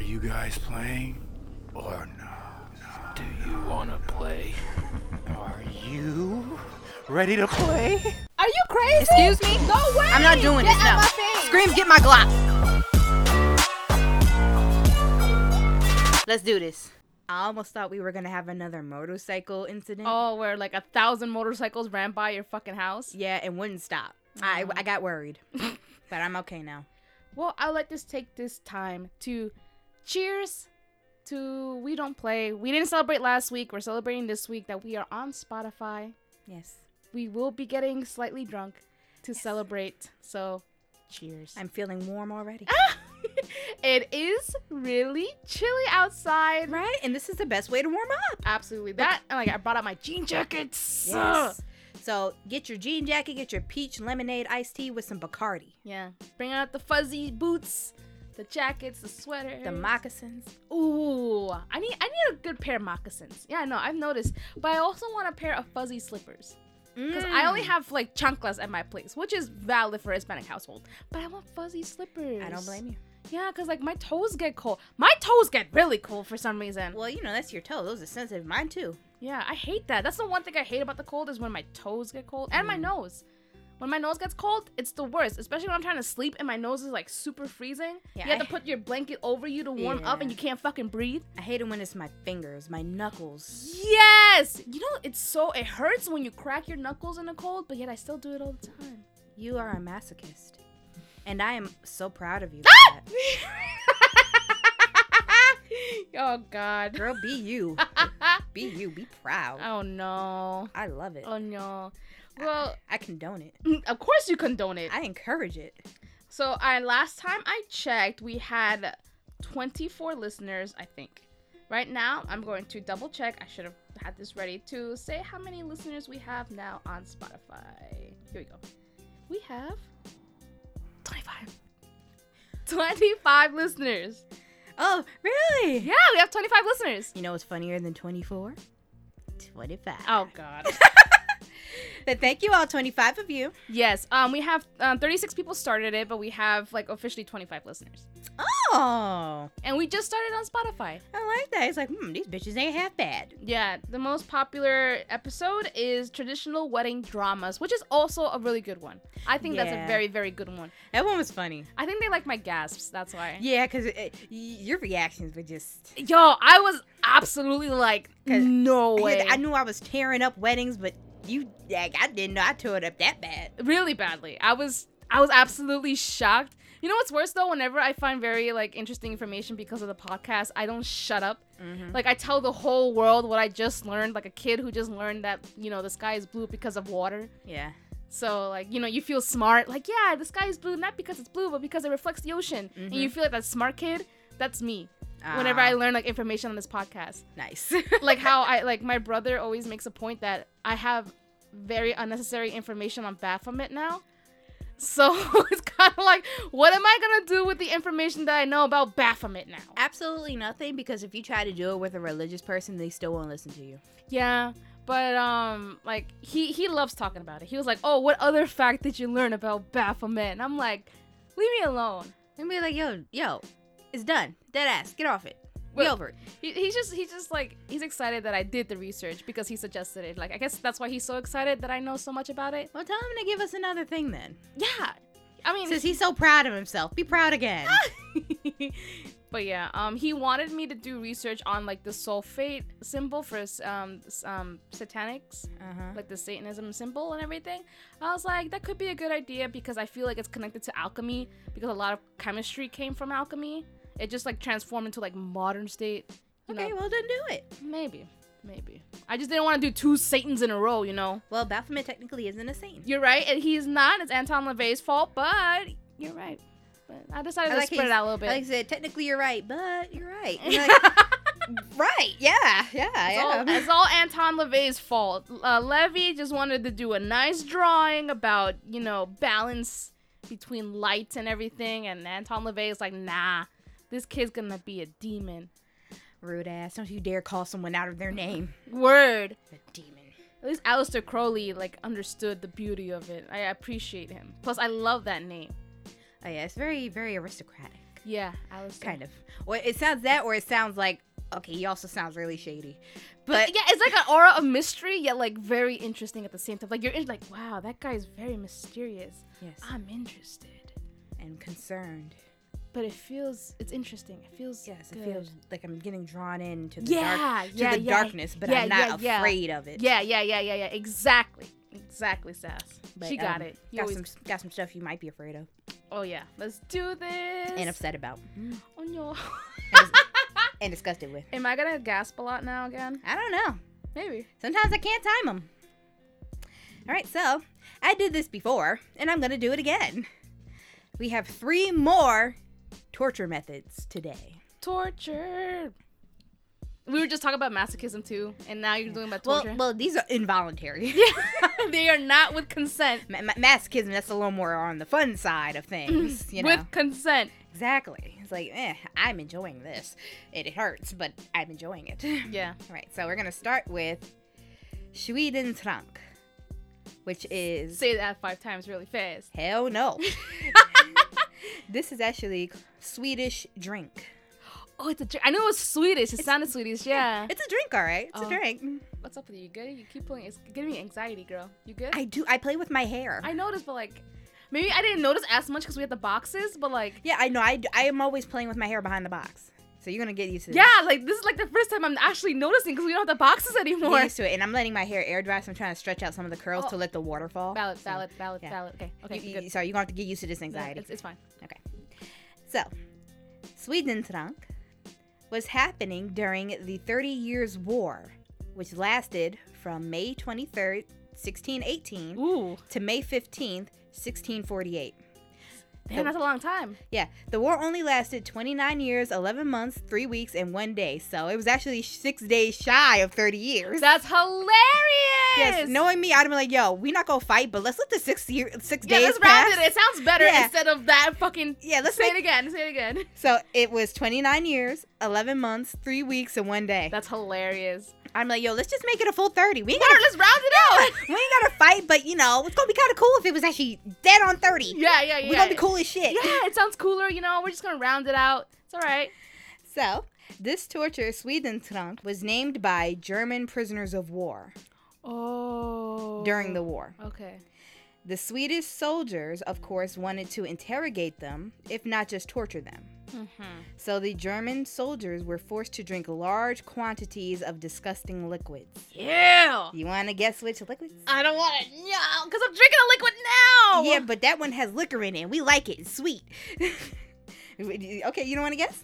you guys playing or no? Do you wanna play? Are you ready to play? Are you crazy? Excuse me? No way. I'm not doing Get this out now. my face. Scream, get my Glock. Let's do this. I almost thought we were gonna have another motorcycle incident. Oh, where like a thousand motorcycles ran by your fucking house. Yeah, and wouldn't stop. I, I got worried, but I'm okay now. Well, I'd like to take this time to cheers to We Don't Play. We didn't celebrate last week. We're celebrating this week that we are on Spotify. Yes, We will be getting slightly drunk to celebrate. So, cheers. I'm feeling warm already. Ah! it is really chilly outside. Right, and this is the best way to warm up. Absolutely. That, and like, I brought out my jean jackets. Yes. So get your jean jacket, get your peach lemonade iced tea with some Bacardi, Yeah. Bring out the fuzzy boots, the jackets, the sweater. the moccasins. Ooh, I need I need a good pair of moccasins. Yeah, no, I've noticed, but I also want a pair of fuzzy slippers because Mm. Mm. I only Hmm. have like chanclas at my place, which is valid for a Hispanic household. But I want fuzzy slippers. I don't blame you. Yeah, because like my toes get cold. My toes get really cold for some reason. Well, you know that's your toe. Those are sensitive. Mine too. Yeah, I hate that. That's the one thing I hate about the cold is when my toes get cold and my Mm. nose. When my nose gets cold, it's the worst, especially when I'm trying to sleep and my nose is like super freezing. Yeah, you have I- to put your blanket over you to warm up and Yeah. you can't fucking breathe. I hate it when it's my fingers, my knuckles. Yes! You know, it's so, it hurts when you crack your knuckles in the cold, but yet I still do it all the time. You are a masochist. And I am so proud of you. for Ah! that. oh, God. Girl, be you. Be you. Be proud. oh, no. I love it. Oh, no. Well, I condone it. of course you condone it. I encourage it. So, I last time I checked, we had 24 listeners, I think. Right now, I'm going to double check. I should have had this ready to say how many listeners we have now on Spotify. Here we go. We have 25. 25 listeners. Oh, really? Yeah, we have 25 listeners. You know what's funnier than 24? 25. Oh god. But thank you all, 25 of you. yes. Um we have um, 36 people started it, but we have like officially 25 listeners. Oh, And we just started on Spotify. I like that. It's like, hmm, these bitches ain't half bad. Yeah, the most popular episode is traditional wedding dramas, which is also a really good one. I think that's a Yeah. very very good one. That one was funny. I think they like my gasps, that's why. Yeah, because your reactions were just. Yo, I was absolutely like 'Cause no way. I knew I was tearing up weddings, but you, like, I didn't know I tore it up that bad. really badly. I was I was absolutely shocked. You know what's worse though? Whenever I find very like interesting information because of the podcast, I don't shut up. Mm-hmm. Like I tell the whole world what I just learned, like a kid who just learned that you know the sky is blue because of water. Yeah. So like you know you feel smart. Like yeah, the sky is blue not because it's blue, but because it reflects the ocean. And you feel like that smart kid. That's me. Whenever I Ah. learn like information on this podcast Nice. like how I like my brother always makes a point that I have very unnecessary information on Baphomet now. So it's kind of like, what am I gonna do with the information that I know about Baphomet now? Absolutely nothing because if you try to do it with a religious person, they still won't listen to you. Yeah, but um, like he he loves talking about it. He was like, oh, what other fact did you learn about Baphomet? And I'm like, leave me alone. And be like, yo, yo, it's done. Dead ass. Get off it. We Well- over it. He, he's just he's just like he's excited that I did the research because he suggested it. Like I guess that's why he's so excited that I know so much about it. Well, tell him to give us another thing then. Yeah, I mean, Since he's so proud of himself, be proud again. but yeah, um, he wanted me to do research on like the sulfate symbol for um, s- um satanics, Uh-huh. like the Satanism symbol and everything. I was like, that could be a good idea because I feel like it's connected to alchemy because a lot of chemistry came from alchemy. It just like transformed into like modern state. You Okay, know? well, then do it. maybe, maybe. I just didn't want to do two Satans in a row, you know. Well, Baphomet technically isn't a saint. You're right, and he's not. It's Anton LaVey's fault, but you're right. But I decided to spread it out a little bit. Like I said, technically you're right, but you're right. You're like, right, yeah, yeah, It's all, yeah. it's all Anton LaVey's fault. Uh, Levy just wanted to do a nice drawing about, you know, balance between light and everything. And Anton LaVey is like, nah, this kid's gonna be a demon. Rude ass. Don't you dare call someone out of their name. Word. A demon. At least Aleister Crowley, like, understood the beauty of it. I appreciate him. Plus, I love that name. Oh, yeah, it's very, very aristocratic. Yeah, Alistair. kind of. Well, it sounds that, or it sounds like okay. He also sounds really shady, but But yeah, it's like an aura of mystery, yet like very interesting at the same time. Like you're in, like, wow, that guy is very mysterious. yes, I'm interested, Ah, and concerned. but it feels it's interesting. It feels Yes, good. it feels like I'm getting drawn into the yeah, dark, to yeah, the yeah. darkness, but Yeah, I'm not yeah, yeah. afraid of it. Yeah, yeah, yeah, yeah, yeah. Exactly, exactly, Sass. But, she got um, it. You Got always- some got some stuff you might be afraid of Oh yeah, let's do this. and upset about Oh no. and disgusted with. Am I gonna gasp a lot now again? I don't know. Maybe. Sometimes I can't time them. All right, so I did this before, and I'm gonna do it again. We have three more torture methods today. Torture. We were just talking about masochism too, and now you're doing about Well, torture. well, these are involuntary. they are not with consent. Ma- ma- masochism, that's a little more on the fun side of things, you know. With consent. exactly. It's like, eh, I'm enjoying this. It, it hurts, but I'm enjoying it. All Yeah. right, so we're gonna start with Schwiedentrank, which is Say that five times really fast. hell no. this is actually Swedish drink. Oh, it's a drink. I knew it was Swedish. It sounded Swedish. Yeah. It's a drink, all right. It's Oh. a drink. What's up with you? You good? You keep pulling. It's giving me anxiety, girl. You good? I do. I play with my hair. I noticed, but like, maybe I didn't notice as much because we had the boxes. But like, yeah, I know. I, d- I am always playing with my hair behind the box. So you're gonna get used to. yeah, like this is like the first time I'm actually noticing because we don't have the boxes Get anymore. used to it, and I'm letting my hair air dry. So I'm trying to stretch out some of the curls Oh. to let the water fall. Ballot, So- ballot, ballot, yeah. ballot. Okay, okay, You- you- good. Sorry, you're gonna have to get used to this No, anxiety. It's, it's fine. So, Swedentrank was happening during the Thirty Years' War, which lasted from May 23rd, 1618, Ooh, to May 15th, 1648. damn, that's a long time. Yeah, the war only lasted 29 years, 11 months, 3 weeks, and 1 day. So it was actually 6 days shy of 30 years. That's hilarious. yes, knowing me, I'd have been like, yo, we not gonna fight, but let's let the 6 year 6 Yeah, days let's round pass. it. It sounds better Yeah. instead of that fucking. Yeah, let's Say make it again. Say it again. So it was 29 years, 11 months, 3 weeks, and 1 day. That's hilarious. I'm like, yo, let's just make it a full 30. We ain't Word, gotta, let's round it out. we ain't gotta fight, but you know, it's gonna be kind of cool if it was actually dead on 30. yeah, yeah, yeah. We're gonna be cool as shit. Yeah, it sounds cooler. You know, we're just gonna round it out. It's all right. So, this torture Swedentrank was named by German prisoners of war Oh. during the war. Okay. The Swedish soldiers, of course, wanted to interrogate them, if not just torture them. Mm-hmm. So the German soldiers were forced to drink large quantities of disgusting liquids. Yeah. You want to guess which liquids? I don't want to know because I'm drinking a liquid now. Yeah, but that one has liquor in it. and We like it. It's sweet. okay, you don't want to guess?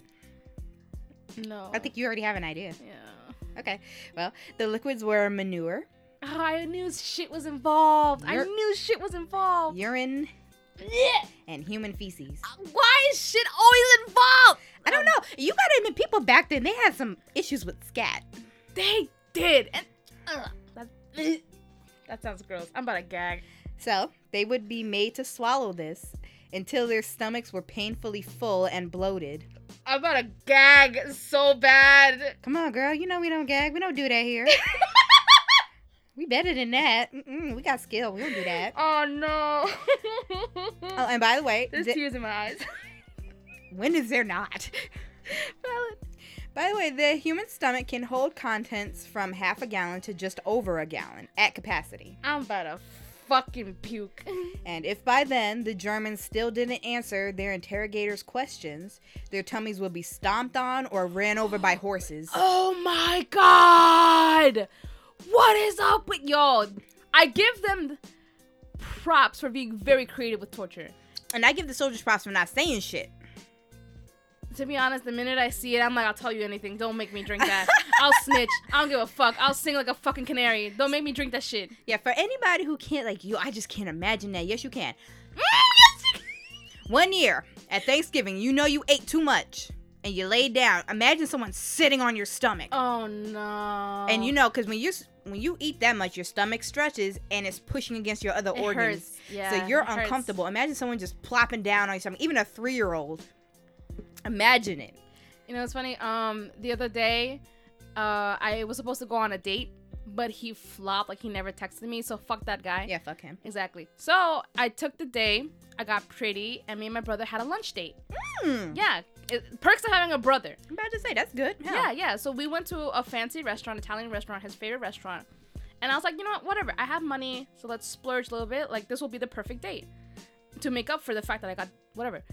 No. I think you already have an idea. Yeah. Okay. Well, the liquids were manure, Oh, I knew shit was involved. I You're- knew shit was involved. urine, Yeah. and human feces. Why is shit always involved? I don't know. You gotta admit, people back then they had some issues with scat. They did. And ugh, that, that sounds gross. I'm about to gag. So they would be made to swallow this until their stomachs were painfully full and bloated. I'm about to gag so bad. Come on, girl. You know we don't gag. We don't do that here. we better than that. Mm-mm, we got skill. We don't do that. Oh no. Oh, and by the way, There's thi- tears in my eyes. when is there not? Valid. By the way, the human stomach can hold contents from half a gallon to just over a gallon at capacity. I'm about to fucking puke. And if by then the Germans still didn't answer their interrogators' questions, their tummies would be stomped on or ran over by horses. Oh my god! What is up with y'all? I give them props for being very creative with torture. And I give the soldiers props for not saying shit. To be honest, the minute I see it, I'm like, I'll tell you anything. Don't make me drink that. I'll snitch. I don't give a fuck. I'll sing like a fucking canary. Don't make me drink that shit. Yeah, for anybody who can't, like, yo, I just can't imagine that. Yes, you can. Mm, One year at Thanksgiving, you know you ate too much and you laid down. Imagine someone sitting on your stomach. Oh no. And you know, because when you s- when you eat that much, your stomach stretches and it's pushing against your other it organs. hurts. Yeah. so you're it hurts. uncomfortable. Imagine someone just plopping down on your stomach, even a three year old. Imagine it. You know, it's funny. Um, the other day, uh, I was supposed to go on a date, but he flopped. Like he never texted me. So fuck that guy. Yeah, fuck him. Exactly. So I took the day. I got pretty, and me and my brother had a lunch date. Hmm. Yeah, it, perks of having a brother. I'm about to say that's good. Hell. Yeah, yeah. So we went to a fancy restaurant, Italian restaurant, his favorite restaurant. And I was like, you know what, whatever. I have money, so let's splurge a little bit. Like this will be the perfect date to make up for the fact that I got whatever.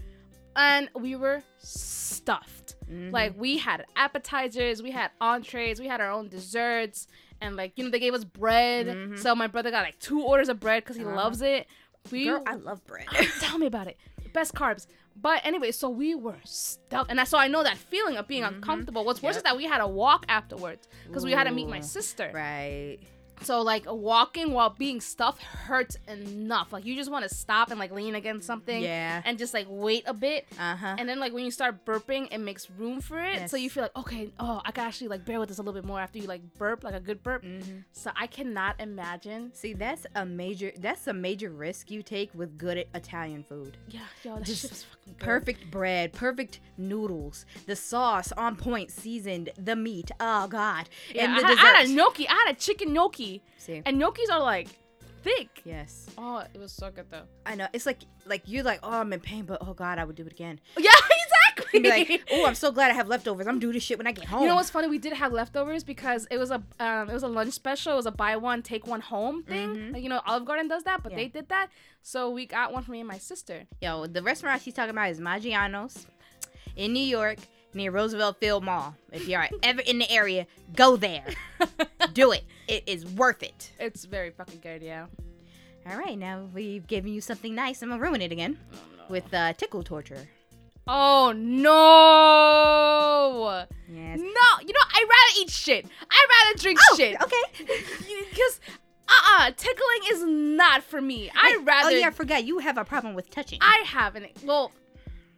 And we were stuffed. Mm-hmm. Like we had appetizers, we had entrees, we had our own desserts, and like you know they gave us bread. Mm-hmm. So my brother got like two orders of bread because he loves it. We Uh-huh. Girl, I love bread. tell me about it. Best carbs. But anyway, so we were stuck, and I so I know that feeling of Mm-hmm. being uncomfortable. What's worse is that we had a walk afterwards because we had to meet my Ooh, sister. right. So like walking while being stuffed hurts enough. Like you just want to stop and like lean against something. Yeah. And just like wait a bit. Uh huh. And then like when you start burping, it makes room for it. So Yes. you feel like, okay, oh, I can actually like bear with this a little bit more after you like burp, like a good burp. Mm-hmm. So I cannot imagine. See, that's a major that's a major risk you take with good Italian food. Yeah, yo, that Just shit was fucking good. Perfect bread, perfect noodles, the sauce on point, seasoned, the meat. Oh God, Yeah, and I, the had, I had a desserts. gnocchi. I had a chicken gnocchi. See, And gnocchis are like thick. yes, Oh, it was so good though. I know. It's like like you're like, oh, I'm in pain, but oh God, I would do it again. Yeah, exactly. You'd be like, oh, I'm so glad I have leftovers. I'm doing this shit when I get home. you know what's funny? We did have leftovers because it was a um, it was a lunch special. It was a buy one take one home thing. Like, you know, Olive Garden does that, but Mm-hmm. Yeah. they did that. So we got one for me and my sister. Yo, the restaurant she's talking about is Maggiano's in New York near Roosevelt Field Mall. If you are ever in the area, go there. Do it. It is worth it. It's very fucking good, yeah. All right, now we've given you something nice. I'm gonna ruin it again with uh, tickle torture. Oh no! Yes. No, you know I'd rather eat shit. I'd rather drink Oh, shit okay. because uh uh tickling is not for me. I'd rather Oh yeah, I forgot. You have a problem with touching. I have an well,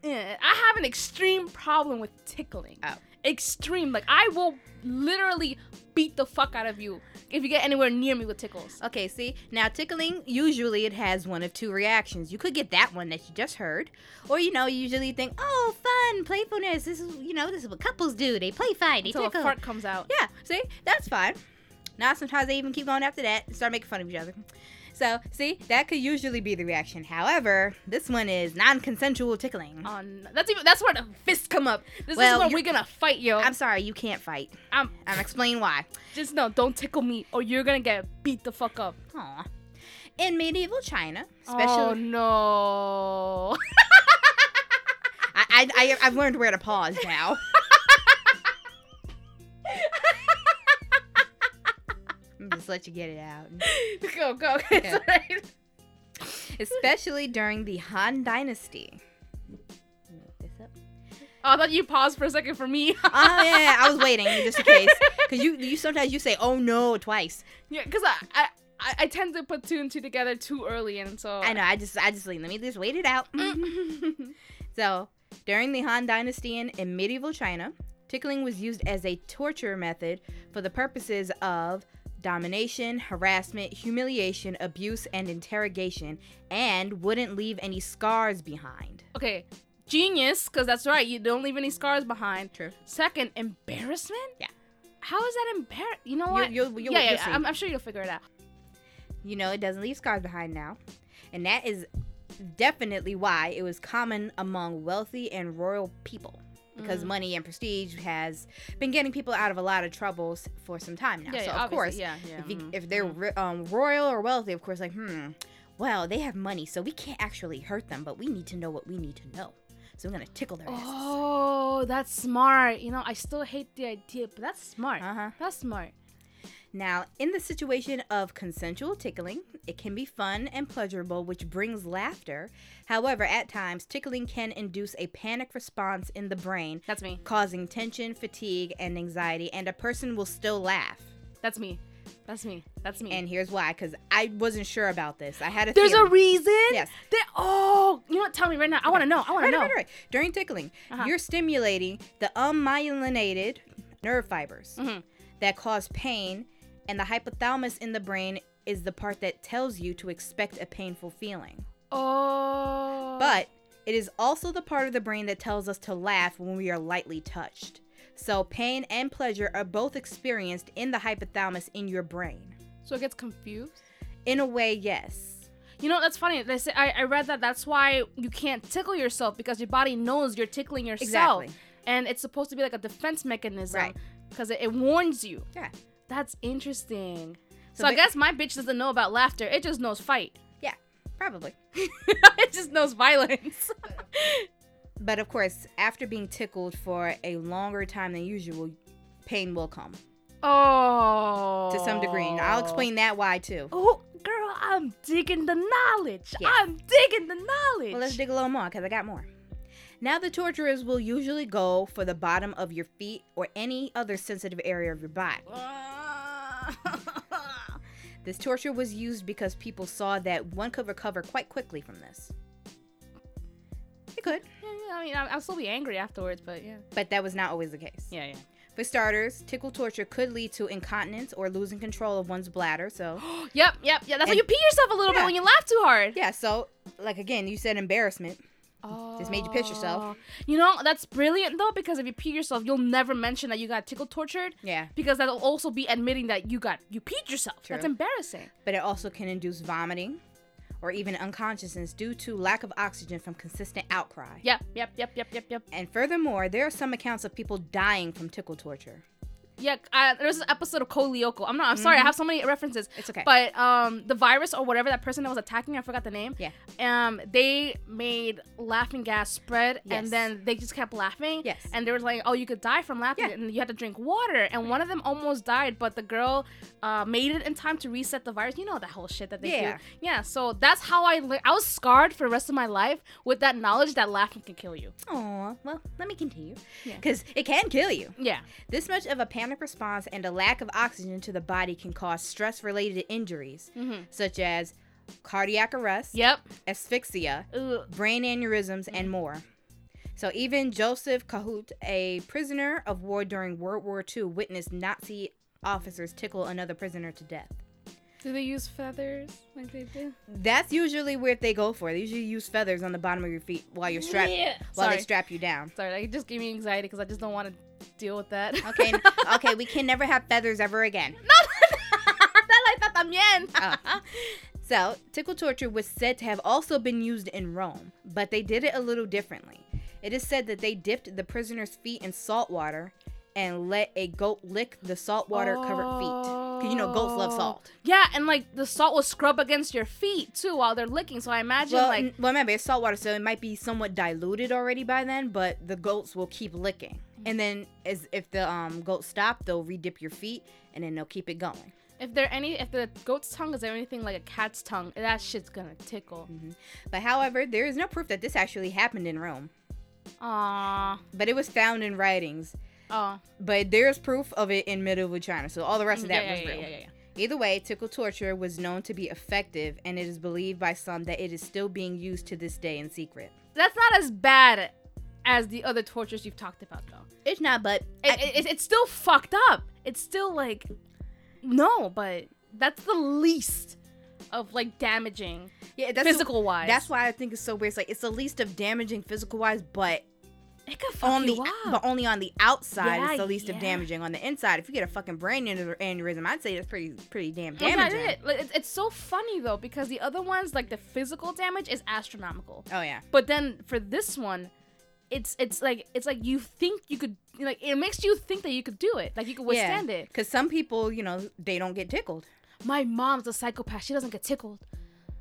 eh, I have an extreme problem with tickling. Oh. Extreme, like I will literally beat the fuck out of you if you get anywhere near me with tickles. Okay, see? Now, tickling, usually it has one of two reactions. You could get that one that you just heard, or, you know, you usually think, oh, fun, playfulness. This is, you know, this is what couples do. They play fight, they Until a tickle. fart comes out. Yeah, see? That's fine. Now, sometimes they even keep going after that and start making fun of each other. So, see? That could usually be the reaction. However, this one is non consensual tickling. On that's even that's where the fists come up. This Well, is where you- we're gonna fight, yo. I'm sorry, you can't fight. I'm I'm explain why. just no, don't tickle me or you're gonna get beat the fuck up. Aw. In medieval China, Oh especially, no. I, I, I, I've learned where to pause now. I'm just let you get it out. go go. It's Yeah. alright. Especially during the Han Dynasty. Oh, I thought you paused for a second for me. Oh yeah, yeah, I was waiting just in case, because you you sometimes you say oh no twice. Yeah, because I, I I I tend to put two and two together too early, and so I know. I just I just let me just wait it out. so during the Han Dynasty in, in medieval China, tickling was used as a torture method for the purposes of domination, harassment, humiliation, abuse, and interrogation, and wouldn't leave any scars behind. Okay, genius, because that's right. You don't leave any scars behind. True. Second, embarrassment. Yeah. How is that embar? You know You- what? you'll- you'll- yeah, yeah. you'll see. I'm, I'm sure you'll figure it out. You know, it doesn't leave scars behind now. And that is definitely why it was common among wealthy and royal people. Because Mm. money and prestige has been getting people out of a lot of troubles for some time now. Yeah, so, yeah, of obviously, course, yeah, yeah, if, you, mhm, if they're ri- um, royal or wealthy, of course, like, hmm, well, they have money, so we can't actually hurt them, but we need to know what we need to know. So, we're going to tickle their asses. Oh, that's smart. You know, I still hate the idea, but that's smart. Uh-huh. That's smart. Now, in the situation of consensual tickling, it can be fun and pleasurable, which brings laughter. However, at times, tickling can induce a panic response in the brain, That's me. causing tension, fatigue, and anxiety, and a person will still laugh. That's me. That's me. That's me. And here's why because I wasn't sure about this. I had a there's a theory. reason. Yes. There. Oh, you know what? Tell me right now. I want to know. I want Right, to know. Uh-huh. right, right. During tickling, you're stimulating the unmyelinated nerve fibers Mm-hmm. that cause pain, and the hypothalamus in the brain is the part that tells you to expect a painful feeling. Oh. But it is also the part of the brain that tells us to laugh when we are lightly touched. So pain and pleasure are both experienced in the hypothalamus in your brain. So it gets confused. In a way, yes. You know, that's funny. They say I, I read that that's why you can't tickle yourself because your body knows you're tickling yourself. Exactly. And it's supposed to be like a defense mechanism. Right. Because it, it warns you. Yeah. That's interesting. So So, ba- I guess my bitch doesn't know about laughter. It just knows fight. Yeah, probably. it just knows violence. But of course, after being tickled for a longer time than usual, pain will come oh. to some degree. And I'll explain that why too. Oh, girl, I'm digging the knowledge. Yeah. I'm digging the knowledge. Well, let's dig a little more because I got more. Now, the torturers will usually go for the bottom of your feet or any other sensitive area of your body. This torture was used because people saw that one could recover quite quickly from this. It could, I mean, I'll, I'll still be angry afterwards, but yeah. but that was not always the case. Yeah, yeah. For starters, tickle torture could lead to incontinence or losing control of one's bladder. So, Yep, yep, yeah. That's how And- you pee yourself a little Yeah. bit when you laugh too hard. yeah, so, like again, you said embarrassment. Oh. Just made you piss yourself. You know, that's brilliant though, because if you pee yourself, you'll never mention that you got tickle tortured. Yeah. Because that'll also be admitting that you got you peed yourself. That's True. embarrassing. But it also can induce vomiting or even unconsciousness due to lack of oxygen from consistent outcry. Yep, yep, yep, yep, yep, yep. And furthermore, there are some accounts of people dying from tickle torture. Yeah, I, there's an episode of Kolioko. I'm not. I'm sorry. I have so many references. Mm-hmm. It's okay. But um, the virus or whatever that person that was attacking, I forgot the name. Yeah. Um, they made laughing gas spread, Yes. and then they just kept laughing. Yes. And they were like, "Oh, you could die from laughing, Yeah. and you had to drink water." And one of them almost died, but the girl uh, made it in time to reset the virus. You know that whole shit that they Yeah. do. Yeah. So that's how I. Le- I was scarred for the rest of my life with that knowledge that laughing can kill you. Aw, well, let me continue. Yeah. Because it can kill you. Yeah. This much of a panic response and a lack of oxygen to the body can cause stress related injuries, such as cardiac arrest, Yep. asphyxia, Ooh. brain aneurysms, Mm-hmm. and more. So, even Joseph Kahoot, a prisoner of war during World War II, witnessed Nazi officers tickle another prisoner to death. Do they use feathers like they do? That's usually where they go for. They usually use feathers on the bottom of your feet while you're strapped, Yeah. while they Sorry. strap you down. Sorry, that just gave me anxiety because I just don't want to deal with that. Okay, n- okay, we can never have feathers ever again. that like that también. Oh. So, tickle torture was said to have also been used in Rome, but they did it a little differently. It is said that they dipped the prisoner's feet in salt water and let a goat lick the salt water covered feet. Because you know, goats love salt. Yeah, and like the salt will scrub against your feet too while they're licking. So I imagine Well, like n- well, remember, it's salt water, so it might be somewhat diluted already by then, but the goats will keep licking. And then, as if the um, goats stop, they'll re dip your feet and then they'll keep it going. if there any if the goat's tongue is anything like a cat's tongue, that shit's gonna tickle. Mm-hmm. But however, there is no proof that this actually happened in Rome, Aww. but it was found in writings Oh. mm, but there's proof of it in medieval China. So all the rest of that yeah, was yeah, real. yeah, yeah, yeah. Either way, tickle torture was known to be effective, and it is believed by some that it is still being used to this day in secret. That's not as bad as the other tortures you've talked about though. It's not, but It, it, it's still fucked up. It's still like no, but that's the least of like damaging. yeah, that's physical wise. That's why I think it's so weird. It's like it's the least of damaging physical wise, but It could fuck on the you up. but only on the outside Yeah, it's the least of yeah. damaging. On the inside, if you get a fucking brain aneur- aneurysm, I'd say that's pretty pretty damn Well, that's damaging. it. Like, it's, it's so funny though because the other ones, like the physical damage, is astronomical. Oh yeah, But then for this one, it's it's like it's like you think you could like it makes you think that you could do it, like you could withstand it. Because some people, you know, they don't get tickled. My mom's a psychopath. She doesn't get tickled.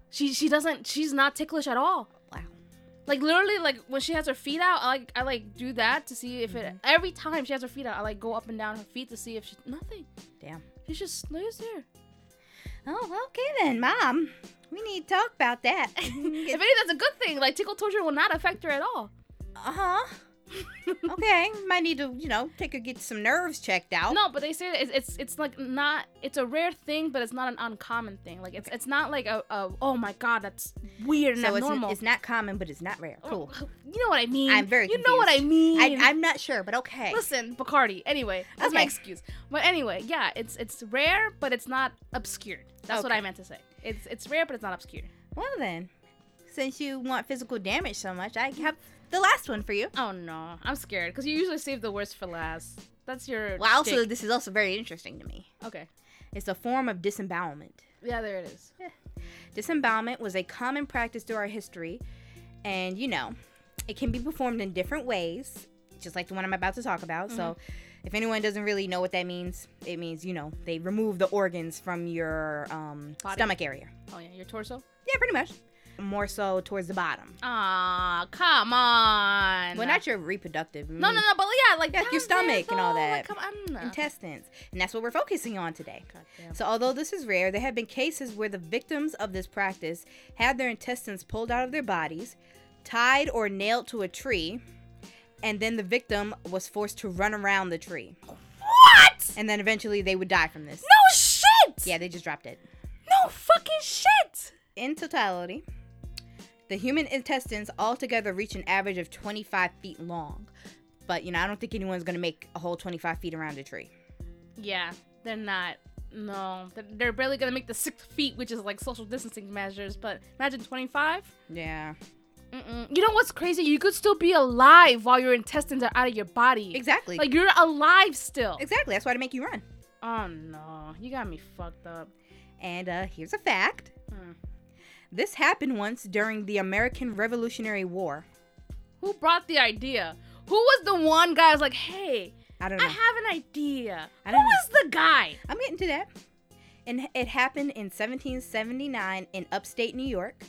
She she doesn't. She's not ticklish at all. Wow. Like literally, like when she has her feet out, I like I like do that to see if Mm-hmm. it. Every time she has her feet out, I like go up and down her feet to see if she nothing. Damn. She's just lays there. Oh, well, okay then, Mom. We need to talk about that. If any, that's a good thing. Like tickle torture will not affect her at all. uh huh. okay, might need to, you know, take her get some nerves checked out. No, but they say that it's, it's it's like not it's a rare thing, but it's not an uncommon thing. Like it's it's not like a, a oh my god that's weird and so it's, abnormal. it's not common, but it's not rare. Cool. You know what I mean? I'm very You know what I mean? I, I'm not sure, but okay. Listen, Bacardi. Anyway, that's my Okay. excuse. But anyway, yeah, it's it's rare, but it's not obscured. That's what Okay. I meant to say. It's it's rare, but it's not obscured. Well then, since you want physical damage so much, I have the last one for you. Oh no, I'm scared because you usually save the worst for last. That's your. Well, also, shtick. this is also very interesting to me. okay. It's a form of disembowelment. Yeah, there it is. Disembowelment was a common practice throughout history, and you know, it can be performed in different ways, just like the one I'm about to talk about. So, Mm-hmm. if anyone doesn't really know what that means, it means, you know, they remove the organs from your um, Body. stomach area. Oh yeah, your torso. Yeah, pretty much. More so towards the bottom. Ah, come on. Well, not your reproductive. No, no, no. But yeah, like Yeah, your down there, stomach and all though, like, that. Come on. Intestines. And that's what we're focusing on today. Uh-huh. Goddamn. So, although this is rare, there have been cases where the victims of this practice had their intestines pulled out of their bodies, tied or nailed to a tree, and then the victim was forced to run around the tree. What? And then eventually they would die from this. No shit. Yeah, they just dropped it. No fucking shit. In totality, the human intestines altogether reach an average of 25 feet long. But, you know, I don't think anyone's going to make a whole 25 feet around a tree. Yeah, they're not. No, they're, they're barely gonna make the six feet, which is like social distancing measures. But imagine twenty-five. Yeah. Mm-mm. You know what's crazy? You could still be alive while your intestines are out of your body. Exactly. Like you're alive still. exactly. That's why they make you run. Oh no, you got me fucked up. And uh, here's a fact. Hmm. This happened once during the American Revolutionary War. Who brought the idea? Who was the one guy who's like, hey, I don't I know. have an idea? I Who don't know. was the guy? I'm getting to that. And it happened in 1779 in upstate New York,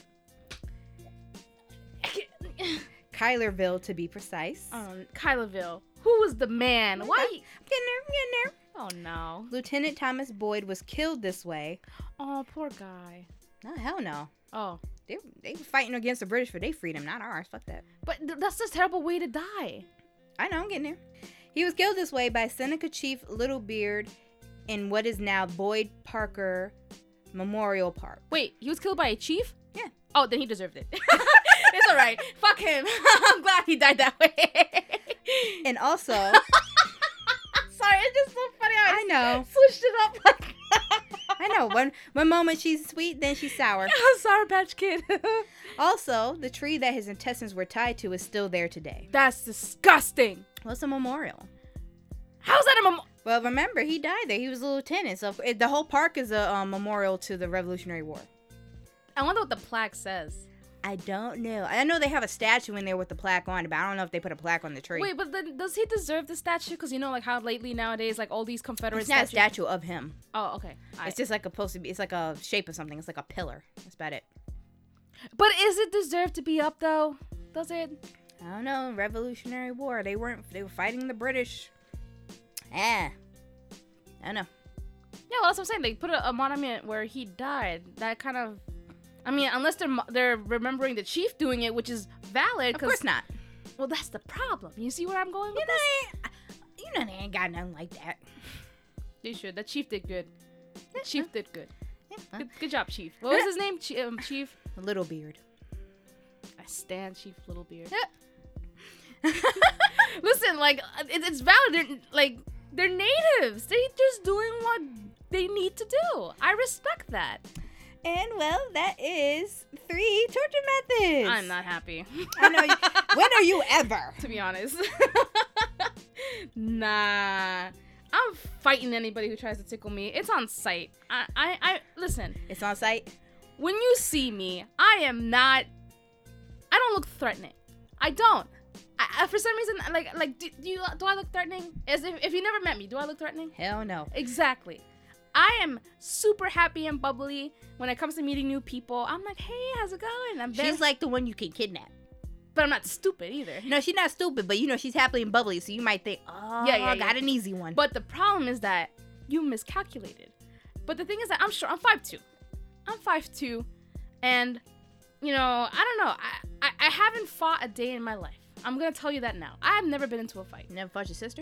Kylerville to be precise. um, Kylaville. Who was the man? Why? I'm getting there, I'm getting there. Oh no. Lieutenant Thomas Boyd was killed this way. Oh, poor guy. No, hell no. Oh. They, they were fighting against the British for their freedom, not ours. Fuck that. But th- that's a terrible way to die. I know, I'm getting there. He was killed this way by Seneca Chief Littlebeard in what is now Boyd Parker Memorial Park. Wait, he was killed by a chief? Yeah. Oh, then he deserved it. it's all right. Fuck him. I'm glad he died that way. And also, Sorry, it's just so funny. How I know. Switched it up like I know one one moment she's sweet, then she's sour. Sour Patch Kid. Also, the tree that his intestines were tied to is still there today. that's disgusting. Well, it's a memorial. How's that a mem- Well, remember he died there. He was a lieutenant, so it, the whole park is a um, memorial to the Revolutionary War. I wonder what the plaque says. I don't know. I know they have a statue in there with the plaque on it, but I don't know if they put a plaque on the tree. Wait, but then does he deserve the statue? Because you know, like how lately nowadays, like all these Confederate it's not a statues- statue of him. Oh, okay. It's just like a supposed to be. It's like a shape of something. It's like a pillar. That's about it. but is it deserved to be up though? Does it? I don't know. Revolutionary War. They weren't. They were fighting the British. Ah. I don't know. Yeah, well, that's what I'm saying. They put a, a monument where he died. That kind of, I mean, unless they're mo- they're remembering the chief doing it, which is valid. Of course not. Well, that's the problem. You see where I'm going with You know, this? they ain't- uh, you know, they ain't got nothing like that. They should. The chief did good. The chief did good. huh. Good, good job, chief. What was his name? Chief, um, chief. Little beard. I stand Chief Littlebeard. I Listen, like uh, it, it's valid. They're like they're natives. They just doing what they need to do. I respect that. And well, that is three torture methods. I'm not happy. I know. You, when are you ever? to be honest. nah. I'm fighting anybody who tries to tickle me. It's on site. I, I, I listen. It's on site. When you see me, I am not. I don't look threatening. I don't. I, I, for some reason, like, like, do, do you do I look threatening? As if, if you never met me, do I look threatening? Hell no. Exactly. I am super happy and bubbly when it comes to meeting new people. I'm like, hey, how's it going? I'm very, She's like the one you can kidnap. but I'm not stupid either. No, she's not stupid, but you know she's happy and bubbly, so you might think, oh, Yeah, yeah, yeah, I got yeah. an easy one. But the problem is that you miscalculated. But the thing is that I'm sure I'm 5'2. I'm 5'2. And, you know, I don't know. I, I, I haven't fought a day in my life. I'm going to tell you that now. I have never been into a fight. never fought your sister?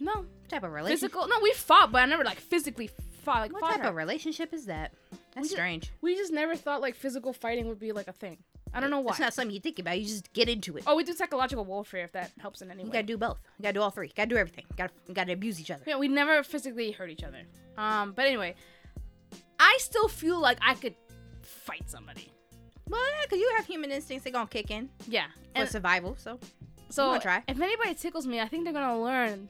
No. What type of relationship? Physical. No, we fought, but I never, like, physically fought. Like, What fought type her. of relationship is that? That's ju- strange. we just never thought, like, physical fighting would be, like, a thing. I don't know why. It's not something you think about. You just get into it. Oh, we do psychological warfare if that helps in any You way. gotta do both. You gotta do all three. You gotta do everything. You gotta, you gotta abuse each other. Yeah, we never physically hurt each other. Um, but anyway, I still feel like I could fight somebody. Well, yeah, because you have human instincts. They're gonna kick in Yeah. for And survival. So so wanna try? if anybody tickles me, I think they're gonna learn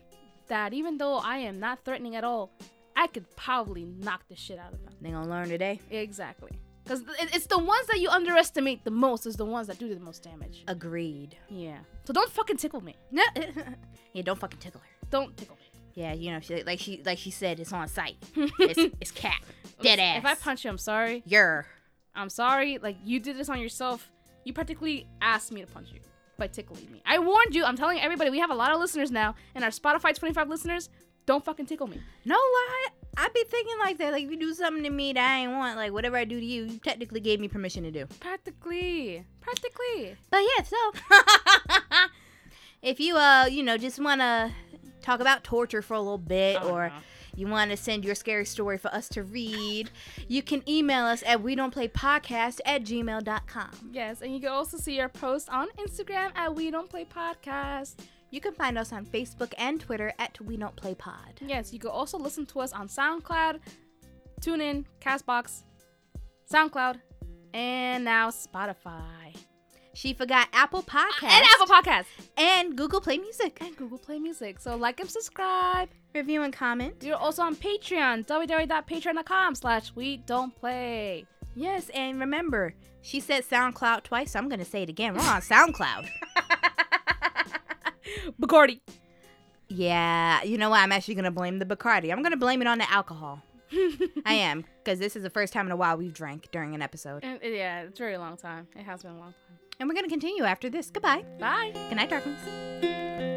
that even though I am not threatening at all, I could probably knock the shit out of them. They gonna learn today. Exactly. Because it's the ones that you underestimate the most is the ones that do the most damage. Agreed. Yeah. So don't fucking tickle me. yeah, don't fucking tickle her. Don't tickle me. Yeah, you know, she, like she like she said, it's on site. it's, it's cat. Dead ass. If I punch you, I'm sorry. your I'm sorry. Like you did this on yourself. You practically asked me to punch you by tickling me. I warned you. I'm telling everybody. We have a lot of listeners now, and our Spotify 25 listeners. Don't fucking tickle me. no lie, I be thinking like that. Like if you do something to me that I ain't want, like whatever I do to you, you technically gave me permission to do. Practically, practically. But yeah, so if you uh you know just wanna talk about torture for a little bit Oh, or no. you want to send your scary story for us to read, you can email us at we don't play podcast at gmail.com. Yes, and you can also see our post on Instagram at We Don't Play Podcast. You can find us on Facebook and Twitter at we don't play pod. Yes, you can also listen to us on SoundCloud, TuneIn, Castbox, SoundCloud, and now Spotify She forgot Apple Podcast and Apple Podcasts and Google Play Music. and Google Play Music. So like and subscribe. Review and comment. You're also on Patreon, www.patreon.com slash we don't play. Yes, and remember, she said SoundCloud twice, so I'm gonna say it again. We're on SoundCloud. Bacardi. yeah, you know what? I'm actually gonna blame the Bacardi. I'm gonna blame it on the alcohol. I am, because this is the first time in a while we've drank during an episode. And, yeah, it's a very long time. It has been a long time. And we're gonna continue after this. Goodbye. Bye. Good night, darkness. Good